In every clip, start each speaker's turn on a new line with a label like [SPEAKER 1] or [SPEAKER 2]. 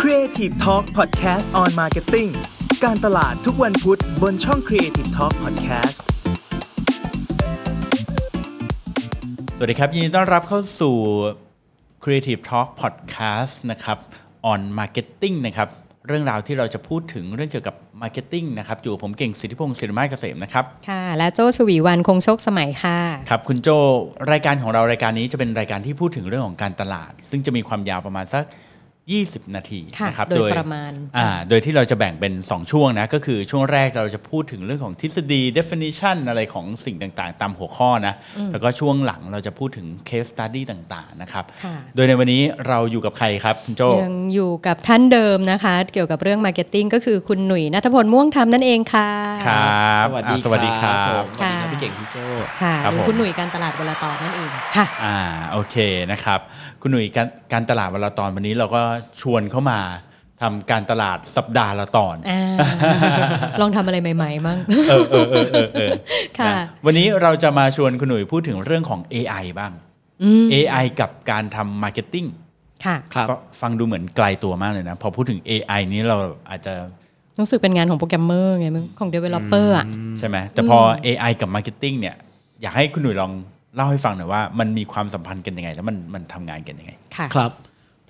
[SPEAKER 1] Creative Talk Podcast on Marketing การตลาดทุกวันพุธบนช่อง Creative Talk Podcast
[SPEAKER 2] สวัสดีครับ ยินดีต้อนรับเข้าสู่ Creative Talk Podcast นะครับ on Marketing นะครับ เรื่องราวที่เราจะพูดถึงเรื่องเกี่ยวกับ Marketing นะครับ อยู่กับผมเก่งสิทธิพงศ์ศิริมาศเกษมนะครับ
[SPEAKER 3] ค่ะ และโจชวีวันคงโชคสมัยค่ะ
[SPEAKER 2] ครับ คุณโจรายการของเรารายการนี้จะเป็นรายการที่พูดถึงเรื่องของการตลาด ซึ่งจะมีความยาวประมาณสัก 20 นาที
[SPEAKER 3] ค่ะ
[SPEAKER 2] นะครับ
[SPEAKER 3] โดยประมาณ
[SPEAKER 2] อ่าโดยที่เราจะแบ่งเป็น 2 ช่วงนะ ก็คือช่วงแรกเราจะพูดถึงเรื่องของทฤษฎี definition อะไรของสิ่งต่างๆ ตามหัวข้อนะ แล้วก็ช่วงหลังเราจะพูดถึง case study ต่างๆนะครับ
[SPEAKER 3] ค่ะ
[SPEAKER 2] โดยในวันนี้เราอยู่กับใครครับคุณโจ
[SPEAKER 3] ยังอยู่กับท่านเดิมนะคะ เกี่ยวกับเรื่องมาร์เก็ตติ้งก็คือคุณหนุ่ยนัทพลม่วงทำนั่นเองค่ะ
[SPEAKER 2] ครับอ่าสวัสดีครับ
[SPEAKER 3] ค่ะ
[SPEAKER 4] สวัสดีครับพี่เก่งพี่โจ้
[SPEAKER 3] ค่ะ
[SPEAKER 2] ครับ
[SPEAKER 3] หรื
[SPEAKER 2] ผ
[SPEAKER 3] อ
[SPEAKER 2] ม
[SPEAKER 3] คุณหนุ่ยการตลาดวลตอนนั่นเองค่ะ
[SPEAKER 2] อ่าโอเคนะครับ คุณหนุ่ยการการตลาดวันละตอนวันนี้เราก็ชวนเข้ามาทำการตลาดสัปดาห์ละตอน
[SPEAKER 3] อ่า ลองทำอะไรใหม่ๆมั่ง
[SPEAKER 2] เออเออเออเออเออ
[SPEAKER 3] ค่ะ
[SPEAKER 2] นวันนี้เราจะมาชวนคุณหนุ่ยพูดถึงเรื่องของ AI บ้าง
[SPEAKER 3] อืม
[SPEAKER 2] AI กับการทำมาร์เก็ตติ้ง
[SPEAKER 3] ค่ะ
[SPEAKER 4] ครับ
[SPEAKER 2] ฟังฟังดูเหมือนไกลตัวมากเลยนะ พอพูดถึง AI นี้เราอาจจะ
[SPEAKER 3] รู้สึกเป็นงานของโปรแกรมเมอร์ไงมึงของ developer อ่ะ
[SPEAKER 2] ใช่ไหมแต่พอ AI กับ Marketing เนี่ย อยากให้คุณหนุ่ยลองเล่าให้ฟังหน่อยว่ามันมีความสัมพันธ์กันยังไง แล้วมันมันทำงานกันยังไง
[SPEAKER 3] ค่ะ
[SPEAKER 4] ครับ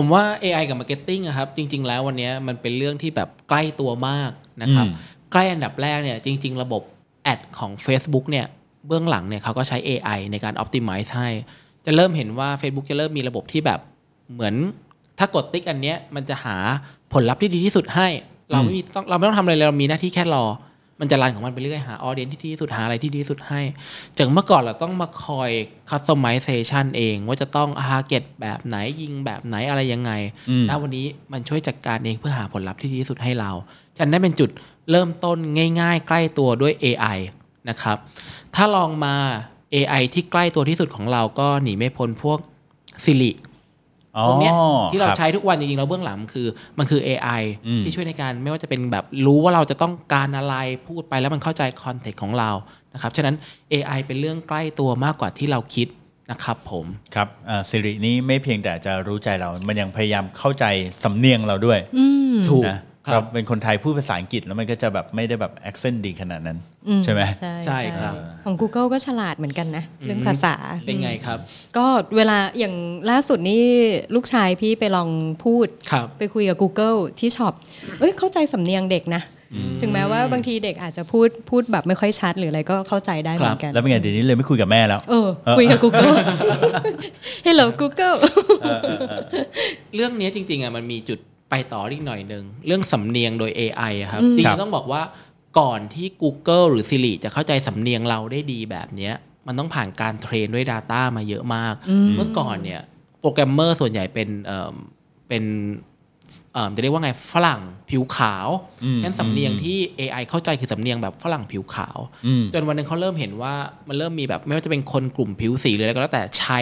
[SPEAKER 4] ผมว่า AI กับ Marketing อะครับ จริง ๆ แล้ววันเนี้ยมันเป็นเรื่องที่แบบใกล้ตัวมากนะครับ
[SPEAKER 2] อืม
[SPEAKER 4] ใกล้อันดับแรกเนี่ยจริง ๆ ระบบแอดของ Facebook เนี่ยเบื้องหลังเนี่ยเขาก็ใช้ AI ในการ Optimize ให้ จะเริ่มเห็นว่า Facebook จะเริ่มมีระบบที่แบบเหมือนถ้ากดติ๊กอันเนี้ยมันจะหาผลลัพธ์ที่ดีที่สุดให้ เราไม่มีต้องเราไม่ต้องทำอะไรเลยเรามีหน้าที่แค่รอ มันจะรันของมันไปเรื่อยหาออเดียนที่ดีที่สุดหาอะไรที่ดีที่สุดให้ จากเมื่อก่อนเราต้องมาคอย customization เอง ว่าจะต้อง target แบบไหนยิงแบบไหนอะไรยังไง
[SPEAKER 2] อืม
[SPEAKER 4] ณวันนี้มันช่วยจัดการเองเพื่อหาผลลัพธ์ที่ดีที่สุดให้เรา ฉันได้เป็นจุดเริ่มต้นง่ายๆ ใกล้ตัวด้วย AI นะครับ ถ้าลองมา AI ที่ใกล้ตัวที่สุดของเราก็หนีไม่พ้นพวก Siri
[SPEAKER 2] อ๋อ
[SPEAKER 4] พวกเนี้ยที่เรา
[SPEAKER 2] คบ
[SPEAKER 4] ใช้ทุกวันจริงๆเราเบื้องหลังมันคือมันคือ AI
[SPEAKER 2] อืม
[SPEAKER 4] ที่ช่วยในการไม่ว่าจะเป็นแบบรู้ว่าเราจะต้องการอะไรพูดไปแล้วมันเข้าใจคอนเทกต์ของเรานะครับฉะนั้น AI เป็นเรื่องใกล้ตัวมากกว่าที่เราคิดนะครับผม
[SPEAKER 2] ครับสิรินี้ไม่เพียงแต่จะรู้ใจเรา มันยังพยายามเข้าใจสำเนียงเราด้วย
[SPEAKER 4] ถูก
[SPEAKER 2] นะครับ เราเป็นคนไทยพูดภาษาอังกฤษแล้วมันก็จะแบบไม่ได้แบบ accent ดีขนาดนั้น
[SPEAKER 3] อื
[SPEAKER 2] ใช่ไหม
[SPEAKER 3] ใช่
[SPEAKER 4] ใช่ครับ
[SPEAKER 3] ของ Google ก็ฉลาดเหมือนกันนะ เรื่องภาษา
[SPEAKER 4] เป็นไงครับ
[SPEAKER 3] ก็เวลาอย่างล่าสุดนี่ลูกชายพี่ไปลองพูด
[SPEAKER 4] ครับ
[SPEAKER 3] ไปคุยกับ Google ที่ช็อป เอ้ยเข้าใจสำเนียงเด็กนะ ถึงแม้ว่าบางทีเด็กอาจจะพูดพูดแบบไม่ค่อยชัดหรืออะไรก็เข้าใจได้เหมือนกัน
[SPEAKER 2] แล้วเป็นไงเดี๋ยวนี้เลยไม่คุยกับแม่แล้ว
[SPEAKER 3] เออ คุย กับ Google Hello Google
[SPEAKER 4] เรื่องเนี้ยจริงๆอ่ะมันมีจุดไปต่ออีกหน่อยหนึ่งเรื่องสำเนียงโดย AI อะครับ จริ
[SPEAKER 2] ครับ
[SPEAKER 4] งๆต้องบอกว่าก่อนที่ Google หรือ Siri จะเข้าใจสำเนียงเราได้ดีแบบเนี้ยมันต้องผ่านการเทรนด้วย Data มาเยอะมาก เมื่อก่อนเนี่ยโปรแกรมเมอร์ส่วนใหญ่เป็นเอิ่มเป็นเอิ่มจะเรียกว่าไงฝรั่งผิวขาว
[SPEAKER 2] อืม
[SPEAKER 4] ฉะนันสำเนียง
[SPEAKER 2] อืม
[SPEAKER 4] ที่ AI เข้าใจคือสำเนียงแบบฝรั่งผิวขาว
[SPEAKER 2] อืม
[SPEAKER 4] จนวันหนึงเขาเริ่มเห็นว่ามันเริ่มมีแบบไม่ว่าจะเป็นคนกลุ่มผิวสีหรืออะไรก็แล้วแต่ใช้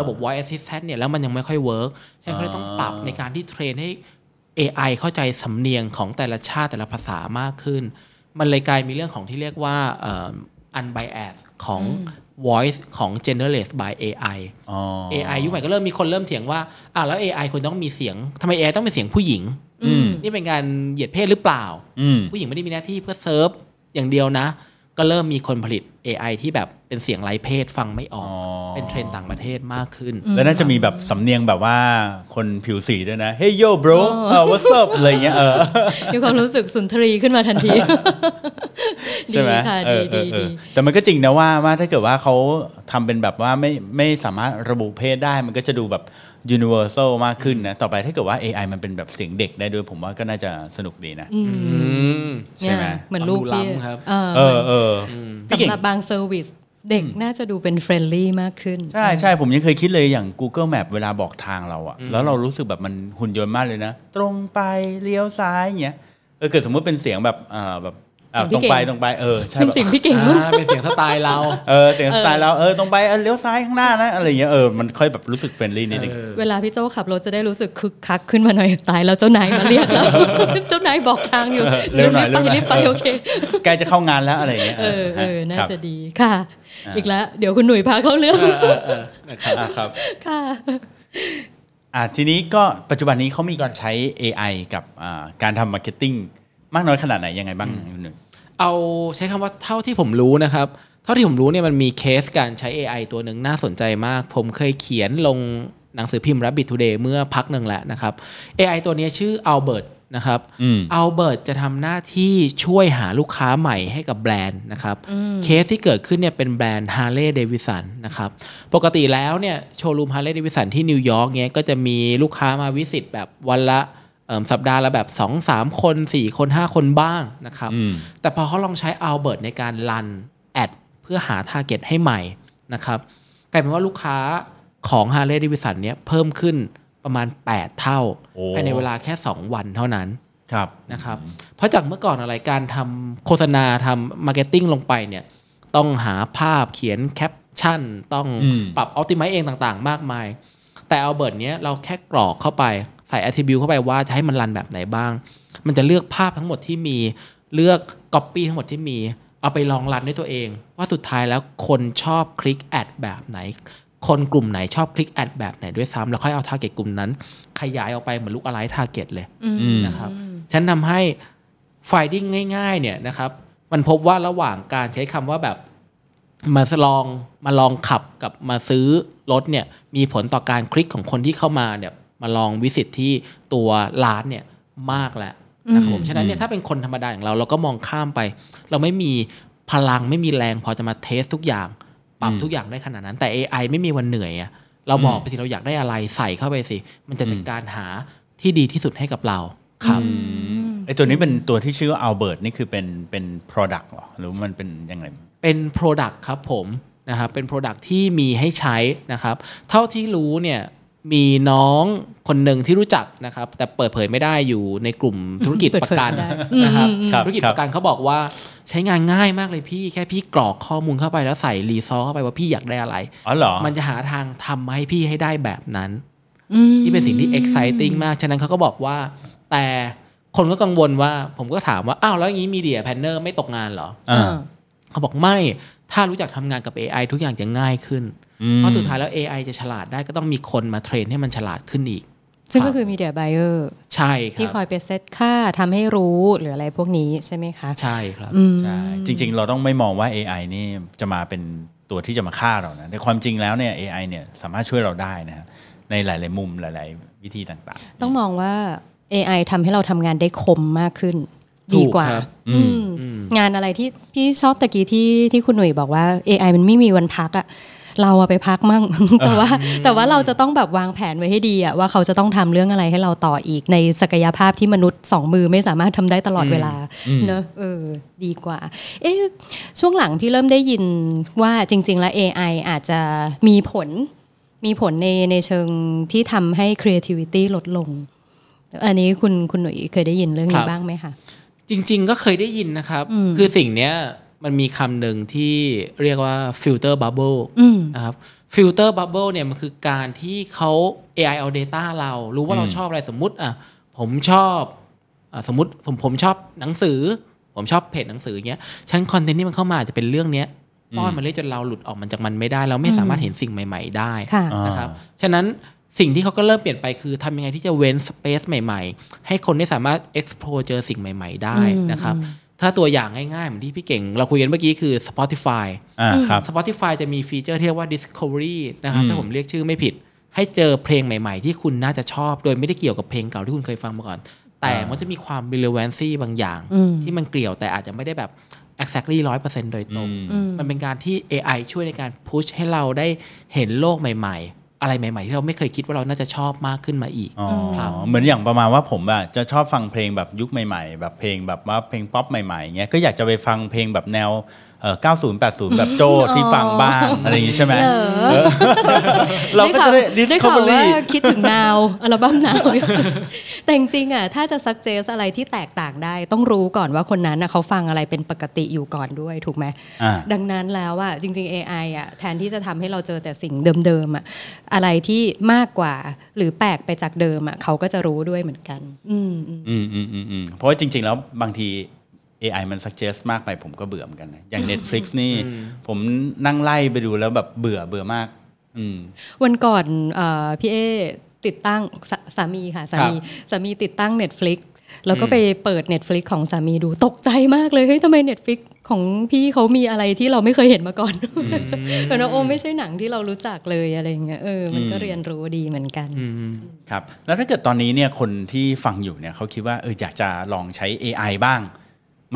[SPEAKER 4] ระบบ voice assistant เนี่ยแล้วมันยังไม่ค่อยเวิร์กฉะนั้นเขาเลยต้องปรับในการที่เทรนให้ AI เข้าใจสำเนียงของแต่ละชาติแต่ละภาษามากขึ้น มันเลยกลายมีเรื่องของที่เรียกว่าเอิ่ม unbiased ของ voice ของ generate by AI
[SPEAKER 2] อ๋อ
[SPEAKER 4] AI ยุคใหม่ก็เริ่มมีคนเริ่มเถียงว่าอ่ะแล้ว AI ควรต้องมีเสียงทำไม AI ต้องเป็นเสียงผู้หญิง
[SPEAKER 2] อืม
[SPEAKER 4] นี่เป็นการเหยียดเพศหรือเปล่า
[SPEAKER 2] อืม
[SPEAKER 4] ผู้หญิงไม่ได้มีหน้าที่เพื่อเซิร์ฟอย่างเดียวนะ ก็เริ่มมีคนผลิต AI ที่แบบเป็นเสียงไร้เพศฟังไม่ออก
[SPEAKER 2] อ๋อ
[SPEAKER 4] เป็นเทรนด์ต่างประเทศมากขึ้น
[SPEAKER 2] แล้วน่าจะมีแบบสำเนียงแบบว่าคนผิวสีด้วยนะ เฮ้ยโย่ bro เออ what's up อะไรเงี้ยเออ
[SPEAKER 3] มีความรู้สึกสุนทรีขึ้นมาทันที
[SPEAKER 2] ใช่ไหม
[SPEAKER 3] ดีค่ะ
[SPEAKER 2] เออเอ
[SPEAKER 3] ดีดี
[SPEAKER 2] อเอ
[SPEAKER 3] ดี
[SPEAKER 2] อแต่มันก็จริงนะว่าว่าถ้าเกิดว่าเขาทำเป็นแบบว่าไม่ไม่สามารถระบุเพศได้ มันก็จะดูแบบ universal มากขึ้นนะ ต่อไปถ้าเกิดว่า AI มันเป็นแบบเสียงเด็กได้ด้วยผมว่าก็น่าจะสนุกดีนะ ใช่ไหม
[SPEAKER 3] เนี่ยเหมือนลูกพี่
[SPEAKER 4] ความดูล้ำครับ
[SPEAKER 3] เออ
[SPEAKER 2] เออเออพี่เก่
[SPEAKER 3] สำ
[SPEAKER 2] ง
[SPEAKER 3] หรับบางเซอร์วิสเด็กน่าจะดูเป็นเฟรนลี่มากขึ้น
[SPEAKER 2] ใช่ใช่ผมยังเคยคิดเลยอย่าง Google Map เวลาบอกทางเราอะแล้วเรารู้สึกแบบมันหุ่นยนต์มากเลยนะ ตรงไปเลี้ยวซ้ายอย่างเงี้ยเออเกิดสมมติเป็นเสียงแบบอ่าแบบอ่าต
[SPEAKER 3] เสี
[SPEAKER 2] ร
[SPEAKER 3] ยง
[SPEAKER 2] ง
[SPEAKER 3] พี่
[SPEAKER 2] ไป
[SPEAKER 3] เก่ง
[SPEAKER 2] ตรงไปเออใช่
[SPEAKER 3] เป็น
[SPEAKER 2] แบบ
[SPEAKER 3] สิ่งที่เก่งมาก
[SPEAKER 4] อ่าเป็นเสียงสไตล์เรา
[SPEAKER 2] เออเสียงสไตล์เราเออตรงไปเออเลี้ยวซ้ายข้างหน้านะอะไรอย่างเงี้ยเออมันค่อยแบบรู้สึกเฟรนลี่นิดนึง
[SPEAKER 3] เวลาพี่โจขับรถจะได้รู้สึกคึกคักขึ้นมาหน่อยตายแล้วเจ้านายมาเรียกแล้ว เจ้านายบอกทางอยู่
[SPEAKER 2] เร็วหน่อย
[SPEAKER 3] รีบไป
[SPEAKER 2] เร็วหน่อย
[SPEAKER 3] รีบไปโอเค
[SPEAKER 2] ใกล้จะเข้างานแล้วอะไรอย่างเงี้ย
[SPEAKER 3] เออเออ
[SPEAKER 2] ฮ
[SPEAKER 3] น่า
[SPEAKER 2] ครับ
[SPEAKER 3] จะดีค่ะ อีกแล้วเดี๋ยวคุณหนุ่ยพาเข้าเรื่อง
[SPEAKER 4] เออเออนะครับ
[SPEAKER 2] อ่ะครับ
[SPEAKER 3] ค่ะ
[SPEAKER 2] อ่าทีนี้ก็ปัจจุบันนี้เขามีการใช้ AI กับอ่าการทำมาร์เก็ตติ้งมากน้อยขนาดไหนยังไงบ้างคุณหนึ่ง
[SPEAKER 4] เอาใช้คำว่าเท่าที่ผมรู้นะครับ เท่าที่ผมรู้เนี่ยมันมีเคสการใช้ AI ตัวหนึ่งน่าสนใจมาก ผมเคยเขียนลงหนังสือพิมพ์ Rabbit Today เมื่อพักหนึ่งแล้วนะครับ AI ตัวเนี้ยชื่อ Albert นะครับ
[SPEAKER 2] อืม
[SPEAKER 4] อัลเบิร์ตจะทำหน้าที่ช่วยหาลูกค้าใหม่ให้กับแบรนด์นะครับ เคสที่เกิดขึ้นเนี่ยเป็นแบรนด์ Harley Davidson นะครับ ปกติแล้วเนี่ยโชว์รูม Harley Davidson ที่นิวยอร์กเนี่ยก็จะมีลูกค้ามาวิสิตแบบวันละเอิ่มสัปดาห์ละแบบ 2 3 คน 4 คน 5 คนบ้างนะครับ
[SPEAKER 2] อืม
[SPEAKER 4] แต่พอเขาลองใช้อัลเบิร์ตในการรันแอดเพื่อหาทาร์เก็ตให้ใหม่นะครับ กลายเป็นว่าลูกค้าของ Harley Davidson เนี่ยเพิ่มขึ้นประมาณ 8 เท่า
[SPEAKER 2] โอ้
[SPEAKER 4] ภายในเวลาแค่ 2 วันเท่านั้น
[SPEAKER 2] ครับ
[SPEAKER 4] นะครับเพราะจากเมื่อก่อนอะไรการทำโฆษณาทำมาร์เก็ตติ้งลงไปเนี่ยต้องหาภาพเขียนแคปชั่น ต้อง
[SPEAKER 2] อืม
[SPEAKER 4] ปรับอ p ติ i ม e เองต่างๆ มากมาย แต่เอาเบิร์ดเนี้ยเราแค่กรอกเข้าไป ใส่ attribute เข้าไปว่าจะให้มันรันแบบไหนบ้าง มันจะเลือกภาพทั้งหมดที่มีเลือก Copy ทั้งหมดที่มี เอาไปลองรันด้วยตัวเอง ว่าสุดท้ายแล้วคนชอบคลิกแอดแบบไหน คนกลุ่มไหนชอบคลิกแอดแบบไหนด้วยซ้ำแล้วค่อยเอาทาร์เก็ตกลุ่มนั้น ขยายออกไปเหมือนลูกอะไรทาร์เก็ตเลย
[SPEAKER 3] อืม
[SPEAKER 2] อืม
[SPEAKER 4] นะครับฉันทำให้ finding ง่ายๆเนี่ยนะครับ มันพบว่าระหว่างการใช้คำว่าแบบมาลองมาลองขับกับมาซื้อรถเนี่ยมีผลต่อการคลิกของคนที่เข้ามาเนี่ยมาลองวิสิตที่ตัวร้านเนี่ยมากแล้วนะครับผมฉะนั้นเนี่ยถ้าเป็นคนธรรมดาอย่างเราเราก็มองข้ามไป เราไม่มีพลังไม่มีแรงพอจะมาเทสทุกอย่างปรับ
[SPEAKER 2] อืม
[SPEAKER 4] ทุกอย่างได้ขนาดนั้น แต่ AI ไม่มีวันเหนื่อยอะเราบอกไปสิเราอยากได้อะไรใส่เข้าไปสิ มันจะจัดการหาที่ดีที่สุดให้กับเราครับ
[SPEAKER 2] ไอตัวนี้เป็นตัวที่ชื่อว่าอัลเบิร์ตนี่คือเป็นเป็น product เหรอหรือว่ามันเป็นยังไง
[SPEAKER 4] เป็น Product ครับผมนะครับเป็น Product ที่มีให้ใช้นะครับเท่าที่รู้เนี่ยมีน้องคนหนึ่งที่รู้จักนะครับแต่เปิดเผยไม่ได้อยู่ในก ลุ่มธุรกิจ
[SPEAKER 3] เปิด
[SPEAKER 4] ประ
[SPEAKER 3] เผย
[SPEAKER 4] กัน
[SPEAKER 3] ไม่ได้
[SPEAKER 4] นะครับ
[SPEAKER 2] ครับ
[SPEAKER 4] ธุรกิจ
[SPEAKER 2] ครับ
[SPEAKER 4] ประกันเขาบอกว่าใช้งานง่ายมากเลยพี่แค่พี่กรอกข้อมูลเข้าไปแล้วใส่รีซอเข้าไปว่าพี่อยากได้อะไร
[SPEAKER 2] อ๋อเหรอ
[SPEAKER 4] มันจะหาทางทำให้พี่ให้ได้แบบนั้น
[SPEAKER 3] อืม
[SPEAKER 4] นี่เป็นสิ่งที่ exciting มาก ฉะนั้นเขาก็บอกว่า แต่คนก็กังวลว่า ผมก็ถามว่า อ้าว แล้วอย่างนี้มีเดียแพนเนอร์ไม่ตกงานเหรอ
[SPEAKER 2] อ่า
[SPEAKER 4] เขาบอกไม่ ถ้ารู้จักทำงานกับ AI ทุกอย่างจะง่ายขึ้น
[SPEAKER 2] อืม
[SPEAKER 4] เพราะสุดท้ายแล้ว AI จะฉลาดได้ก็ต้องมีคนมาเทรนให้มันฉลาดขึ้นอีก
[SPEAKER 3] ซึ่งก็คือมีเดียไบเออร์
[SPEAKER 4] ใช่ค
[SPEAKER 3] ที่
[SPEAKER 4] รับ
[SPEAKER 3] คอยไปเซตค่าทำให้รู้หรืออะไรพวกนี้ใช่ไหมคะ
[SPEAKER 4] ใช่ครับ
[SPEAKER 3] อืม
[SPEAKER 2] ใช่จริง ๆ เราต้องไม่มองว่า AI นี่จะมาเป็นตัวที่จะมาฆ่าเรานะแต่ความจริงแล้วเนี่ย AI เนี่ยสามารถช่วยเราได้นะฮะในหลาย ๆ มุมหลาย ๆ วิธีต่าง
[SPEAKER 3] ต้องมองว่า AI ทำให้เราทำงานได้คมมากขึ้น
[SPEAKER 4] ถูก
[SPEAKER 3] ดีกว่า
[SPEAKER 4] ครับ
[SPEAKER 2] อื
[SPEAKER 3] อื
[SPEAKER 2] ม
[SPEAKER 3] มงานอะไรที่พี่ชอบตะกี้ที่ที่คุณหนุ่ยบอกว่า AI มันไม่มีวันพักอะเราอะไปพักมั่ง แต่ว่า แต่ว่าเราจะต้องแบบวางแผนไว้ให้ดีอะว่าเขาจะต้องทำเรื่องอะไรให้เราต่ออีกในศักยภาพที่มนุษย์สองมือไม่สามารถทำได้ตลอดเวลาเนอะเออดีกว่า เอ๊ะช่วงหลังพี่เริ่มได้ยินว่าจริง ๆ แล้ว AI อาจจะมีผล มีผลในในเชิงที่ทำให้ creativity ลดลง อันนี้คุณคุณหนุ่ยเคยได้ยินเรื่อง
[SPEAKER 4] ครั
[SPEAKER 3] นี้
[SPEAKER 4] บ
[SPEAKER 3] บ้างไหมคะ
[SPEAKER 4] จริง ๆ ก็เคยได้ยินนะครับ คือสิ่งเนี้ยมันมีคำหนึ่งที่เรียกว่าฟิลเตอร์บับเบิล
[SPEAKER 3] อืม
[SPEAKER 4] นะครับฟิลเตอร์บับเบิลเนี่ยมันคือการที่เขา AI เอา Data เรา รู้ว่าเรา
[SPEAKER 2] อืม
[SPEAKER 4] ชอบอะไรสมมติอ่ะผมชอบอะสมมติผมผมชอบหนังสือ ผมชอบเพจหนังสืออย่างเงี้ยชั้นคอนเทนต์ที่มันเข้ามาอาจจะเป็นเรื่องเนี้ยป้อนมาเรื่อยจนเราหลุดออกมันจากมันไม่ได้ เราไม่สามารถเห็นสิ่งใหม่ ๆ ได้
[SPEAKER 3] ค่ะ
[SPEAKER 4] นะครับฉะนั้นสิ่งที่เขาก็เริ่มเปลี่ยนไปคือทำยังไงที่จะเว้นสเปซใหม่ๆ ให้คนได้สามารถ explore เจอสิ่งใหม่ ๆ ได้นะครับถ้าตัวอย่างง่ายๆเหมือนที่พี่เก่ง เราคุยกันเมื่อกี้คือ Spotify
[SPEAKER 2] ๆ อ่าครับ
[SPEAKER 4] Spotify จะมีฟีเจอร์ที่เรียกว่า Discovery นะครับ
[SPEAKER 2] อืม
[SPEAKER 4] ถ้าผมเรียกชื่อไม่ผิด ให้เจอเพลงใหม่ ๆ ที่คุณน่าจะชอบ โดยไม่ได้เกี่ยวกับเพลงเก่าที่คุณเคยฟังมาก่อน แต่มันจะมีความ relevancy บางอย่าง
[SPEAKER 3] อืม
[SPEAKER 4] ที่มันเกี่ยวแต่อาจจะไม่ได้แบบ exactly 100%โดยตรง มันเป็นการที่ AI ช่วยในการ push ให้เราได้เห็นโลกใหม่ ๆ อะไรใหม่ ๆ ที่เราไม่เคยคิดว่าเราน่าจะชอบมากขึ้นมาอีก
[SPEAKER 2] อ๋อ
[SPEAKER 4] ครับ
[SPEAKER 2] เหมือนอย่างประมาณว่าผมอะจะชอบฟังเพลงแบบยุคใหม่ๆ แบบเพลงแบบว่าเพลงป๊อปใหม่ๆเงี้ยก็อยากจะไปฟังเพลงแบบแนวเอ่อ90 80 แบบโจที่ฟังบ้างอะไรอย่างงี้ใช่ไหมเออเราก็จะได้
[SPEAKER 3] ได้ข่าว
[SPEAKER 2] discovery
[SPEAKER 3] ว่าคิดถึง นาว อัลบั้มนาว แต่จริงๆอ่ะถ้าจะซักเจสอะไรที่แตกต่างได้ ต้องรู้ก่อนว่าคนนั้นน่ะเขาฟังอะไรเป็นปกติอยู่ก่อนด้วยถูกไหม
[SPEAKER 2] อ่า
[SPEAKER 3] ดังนั้นแล้วอะจริง ๆ AI อะแทนที่จะทำให้เราเจอแต่สิ่งเดิมๆอะอะไรที่มากกว่าหรือแปลกไปจากเดิมอะเขาก็จะรู้ด้วยเหมือนกัน อืมอืม
[SPEAKER 2] อืมอืมอืมอืมเพราะว่าจริง ๆ แล้วบางที AI มัน suggest มากไปผมก็เบื่อเหมือนกันนะอย่าง Netflix นี่ ผมนั่งไล่ไปดูแล้วแบบเบื่อเบื่อมาก อืม
[SPEAKER 3] วันก่อนเออพี่เอ ติดตั้งสาสามีค่ะสามี
[SPEAKER 2] ครับ
[SPEAKER 3] สามีติดตั้ง Netflix แล้วก็ไปเปิด Netflix ของสามีดูตกใจมากเลยเฮ้ยทำไม Netflix ของพี่เขามีอะไรที่เราไม่เคยเห็นมาก่อน เพราะว่าโอ้ไม่ใช่หนังที่เรารู้จักเลยอะไรอย่างเงี้ยเออมันก็เรียนรู้ดีเหมือนกัน
[SPEAKER 4] อืม
[SPEAKER 2] ครับแล้วถ้าเกิดตอนนี้เนี่ยคนที่ฟังอยู่เนี่ยเขาคิดว่าเอออยากจะลองใช้ AI บ้าง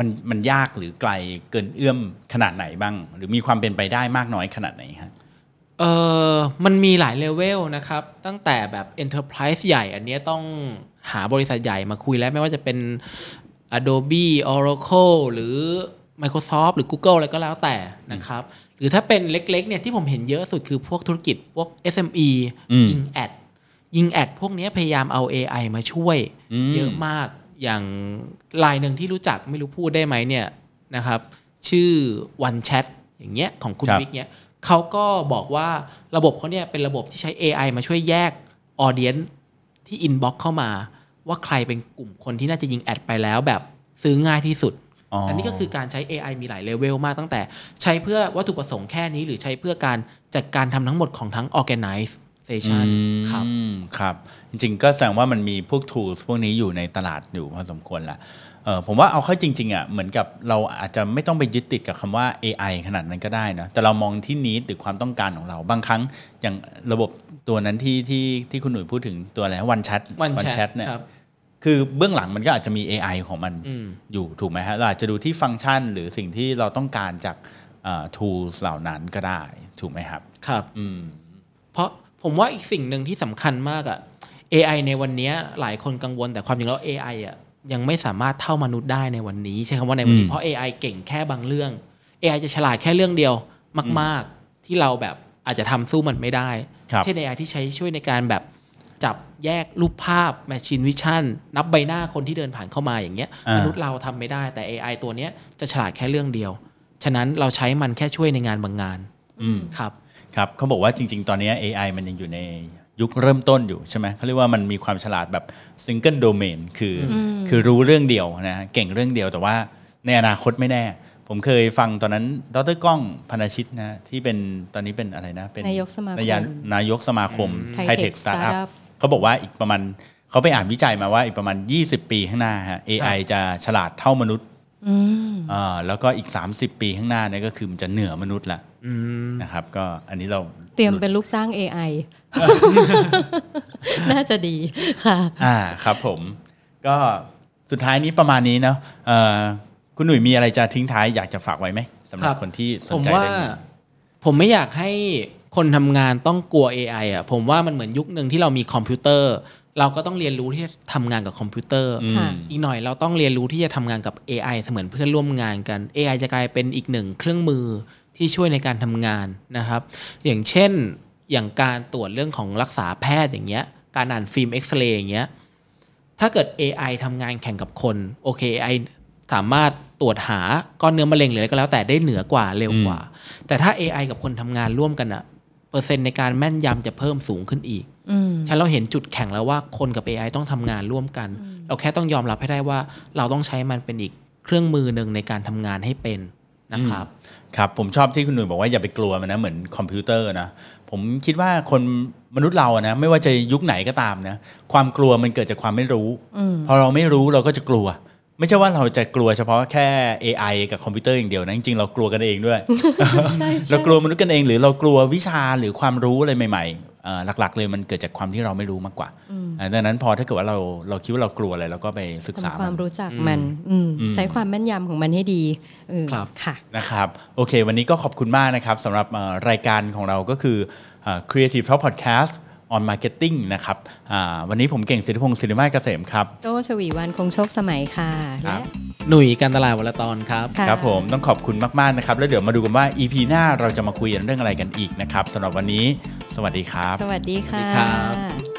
[SPEAKER 2] มันมันยากหรือไกลเกินเอื้อมขนาดไหนบ้าง หรือมีความเป็นไปได้มากน้อยขนาดไหนฮะ
[SPEAKER 4] เออมันมีหลายเลเวลนะครับ ตั้งแต่แบบ Enterprise ใหญ่ อันเนี้ยต้องหาบริษัทใหญ่มาคุยแล้วไม่ว่าจะเป็น Adobe Oracle หรือ Microsoft หรือ Google อะไรก็แล้วแต่นะครับ หรือถ้าเป็นเล็กๆเนี่ยที่ผมเห็นเยอะสุดคือพวกธุรกิจพวก SME
[SPEAKER 2] อืม
[SPEAKER 4] ยิงแอดยิงแอดพวกเนี้ยพยายามเอา AI มาช่วย
[SPEAKER 2] อืม
[SPEAKER 4] เยอะมากอย่างลายหนึ่งที่รู้จักไม่รู้พูดได้ไหมเนี่ยนะครับ ชื่อ One Chat อย่างเงี้ยของ คุณ
[SPEAKER 2] ครับ
[SPEAKER 4] วิกเนี่ยเขาก็บอกว่าระบบเขาเนี่ยเป็นระบบที่ใช้ AI มาช่วยแยกออเดียนที่อินบ็อกเข้ามา ว่าใครเป็นกลุ่มคนที่น่าจะยิงแอดไปแล้วแบบซื้อง่ายที่สุด อันนี้ก็คือการใช้ AI มีหลายเลเวลมากตั้งแต่ ใช้เพื่อวัตถุประสงค์แค่นี้ หรือใช้เพื่อการจัดการทำทั้งหมดของทั้ง organization ครับ
[SPEAKER 2] อืมครับ จริงๆก็แสดงว่ามันมีพวก tools พวกนี้อยู่ในตลาดอยู่พอสมควรละเออผมว่าเอาเข้าจริงๆอ่ะเหมือนกับเราอาจจะไม่ต้องไปยึดติดกับคำว่า AI ขนาดนั้นก็ได้นะแต่เรามองที่นี้หรือความต้องการของเราบางครั้งอย่างระบบตัวนั้นที่ที่ที่คุณหนุ่ยพูดถึงตัวอะไรวันแชท
[SPEAKER 4] One Chat
[SPEAKER 2] เนี่ย
[SPEAKER 4] ครับ
[SPEAKER 2] คือเบื้องหลังมันก็อาจจะมี AI ของมัน
[SPEAKER 4] อืม
[SPEAKER 2] อยู่ถูกไหมฮะเราอาจจะดูที่ฟังก์ชันหรือสิ่งที่เราต้องการจากเอ่อ tools เหล่านั้นก็ได้ถูกไหมครับ
[SPEAKER 4] ครับ
[SPEAKER 2] อืม
[SPEAKER 4] เพราะผมว่าอีกสิ่งหนึ่งที่สำคัญมากอะ AI ในวันเนี้ยหลายคนกังวลแต่ความจริงแล้ว AI อะยังไม่สามารถเท่ามนุษย์ได้ในวันนี้ ใช้คำว่าในวัน
[SPEAKER 2] อื
[SPEAKER 4] นี้
[SPEAKER 2] ม
[SPEAKER 4] เพราะ AI เก่งแค่บางเรื่อง AI จะฉลาดแค่เรื่องเดียวมาก ๆ ที่เราแบบอาจจะทำสู้มันไม่ได้
[SPEAKER 2] ครับ
[SPEAKER 4] เช่น AI ที่ใช้ช่วยในการแบบจับแยกรูปภาพ Machine Vision นับใบหน้าคนที่เดินผ่านเข้ามาอย่างเงี้ย
[SPEAKER 2] อ่าม ม
[SPEAKER 4] นุษย์เราทำไม่ได้แต่ AI ตัวเนี้ยจะฉลาดแค่เรื่องเดียว ฉะนั้นเราใช้มันแค่ช่วยในงานบางงาน
[SPEAKER 2] อืม
[SPEAKER 4] ครับ
[SPEAKER 2] ครับเขาบอกว่าจริง ๆ ตอนนี้ AI มันยังอยู่ในยุคเริ่มต้นอยู่ใช่ไหมเขาเรียกว่ามันมีความฉลาดแบบซิงเกิลโดเมนคืออคือรู้เรื่องเดียวนะฮะเก่งเรื่องเดียวแต่ว่าในอนาคตไม่แน่ ผมเคยฟังตอนนั้นดรก้องพนชิตนะฮะที่เป็นตอนนี้เป็นอะไรนะ เป็น
[SPEAKER 3] นายกสมาคม
[SPEAKER 2] นายานายกสมาคมไท
[SPEAKER 3] Thai
[SPEAKER 2] เทค
[SPEAKER 3] Tech
[SPEAKER 2] สตาร์ทอัพ
[SPEAKER 3] Startup
[SPEAKER 2] เขาบอกว่าอีกประมาณเขาไปอ่านวิจัยมาว่าอีกประมาณ 20 ปีข้างหน้าฮะ AI จะฉลาดเท่ามนุษย์
[SPEAKER 3] อืม
[SPEAKER 2] อ่าแล้วก็อีก 30 ปีข้างหน้าเนี่ยก็คือมันจะเหนือมนุษย์ละนะครับก็อันนี้เรา
[SPEAKER 3] เตรียมเป็นลูกจ้าง AI น่าจะดีค่ะ
[SPEAKER 2] อ่าครับผมก็สุดท้ายนี้ประมาณนี้เนาะเอ่อคุณหนุ่ยมีอะไรจะทิ้งท้ายอยากจะฝากไว้ไหมสำหรับ
[SPEAKER 4] รับ
[SPEAKER 2] คนที่ส
[SPEAKER 4] ผ
[SPEAKER 2] น
[SPEAKER 4] ม
[SPEAKER 2] ใจ
[SPEAKER 4] ว่า
[SPEAKER 2] เรื่องนี้
[SPEAKER 4] ผมไม่อยากให้คนทำงานต้องกลัว AI อ่ะผมว่ามันเหมือนยุคหนึ่งที่เรามีคอมพิวเตอร์ เราก็ต้องเรียนรู้ที่จะทำงานกับคอมพิวเตอร์
[SPEAKER 2] อื
[SPEAKER 3] ค่ะ
[SPEAKER 2] ม
[SPEAKER 4] อีกหน่อยเราต้องเรียนรู้ที่จะทำงานกับ AI เสมือนเพื่อนร่วมงานกัน AI จะกลายเป็นอีกหนึ่งเครื่องมือที่ช่วยในการทำงานนะครับ อย่างเช่นอย่างการตรวจเรื่องของรักษาแพทย์อย่างเงี้ย การอ่านฟิล์มเอ็กซเรย์อย่างเงี้ย ถ้าเกิด AI ทำงานแข่งกับคน โอเค AI สามารถตรวจหาก้อนเนื้อมะเร็งหรืออะไรก็แล้วแต่ได้เหนือกว่าเร็วกว่า แต่ถ้า AI กับคนทำงานร่วมกันอะเปอร์เซ็นต์ในการแม่นยำจะเพิ่มสูงขึ้นอีก
[SPEAKER 3] อืม
[SPEAKER 4] ฉะนันเราเห็นจุดแข็งแล้วว่าคนกับ AI ต้องทำงานร่วมกัน เราแค่ต้องยอมรับให้ได้ว่าเราต้องใช้มันเป็นอีกเครื่องมือหนึ่งในการทำงานให้เป็นนะครับ
[SPEAKER 2] ครับผมชอบที่คุณหนุ่ยบอกว่าอย่าไปกลัวมันนะเหมือนคอมพิวเตอร์นะผมคิดว่าคนมนุษย์เราอะนะไม่ว่าจะยุคไหนก็ตามนะความกลัวมันเกิดจากความไม่รู้พอเราไม่รู้เราก็จะกลัว ไม่ใช่ว่าเราจะกลัวเฉพาะแค่ AI กับคอมพิวเตอร์อย่างเดียวนะจริงๆเรากลัวกันเองด้วย เรากลัวมนุษย์กันเองหรือเรากลัววิชาหรือความรู้อะไรใหม่ๆเอ่อหลักๆ เลยมันเกิดจากความที่เราไม่รู้มากกว่าอ่าดังนั้นพอถ้าเกิดว่าเราเราคิดว่าเรากลัวอะไรเราก็ไปศึกษา
[SPEAKER 3] ทำค
[SPEAKER 2] มั
[SPEAKER 3] วาน มรู้จักมันอืมใช้ความแม่นยำของมันให้ดีเออ
[SPEAKER 4] ครับ
[SPEAKER 3] ค่ะ
[SPEAKER 2] นะครับโอเค วันนี้ก็ขอบคุณมากนะครับสำหรับเอ่อรายการของเราก็คือเอ่อ Creative Talk Podcast on Marketing นะครับอ่าวันนี้ผมเก่งสิทธิพงศ์สิริมาศเกษมครับ
[SPEAKER 3] โจชวีวันคงโชคสมัยค่ะ
[SPEAKER 2] ครั
[SPEAKER 3] และ
[SPEAKER 2] บ
[SPEAKER 4] หนุ่ยการตลาดวัลตอนครับ
[SPEAKER 3] ะ
[SPEAKER 2] ครับผมต้องขอบคุณมากๆนะครับ แล้วเดี๋ยวมาดูกันว่า EP หน้าเราจะมาคุยกันเรื่องอะไรกันอีกนะครับสำหรับวันนี้ สวัสดีครับ
[SPEAKER 3] สวัสดี
[SPEAKER 4] สวัส
[SPEAKER 3] ค่
[SPEAKER 4] ดีครั
[SPEAKER 3] ะ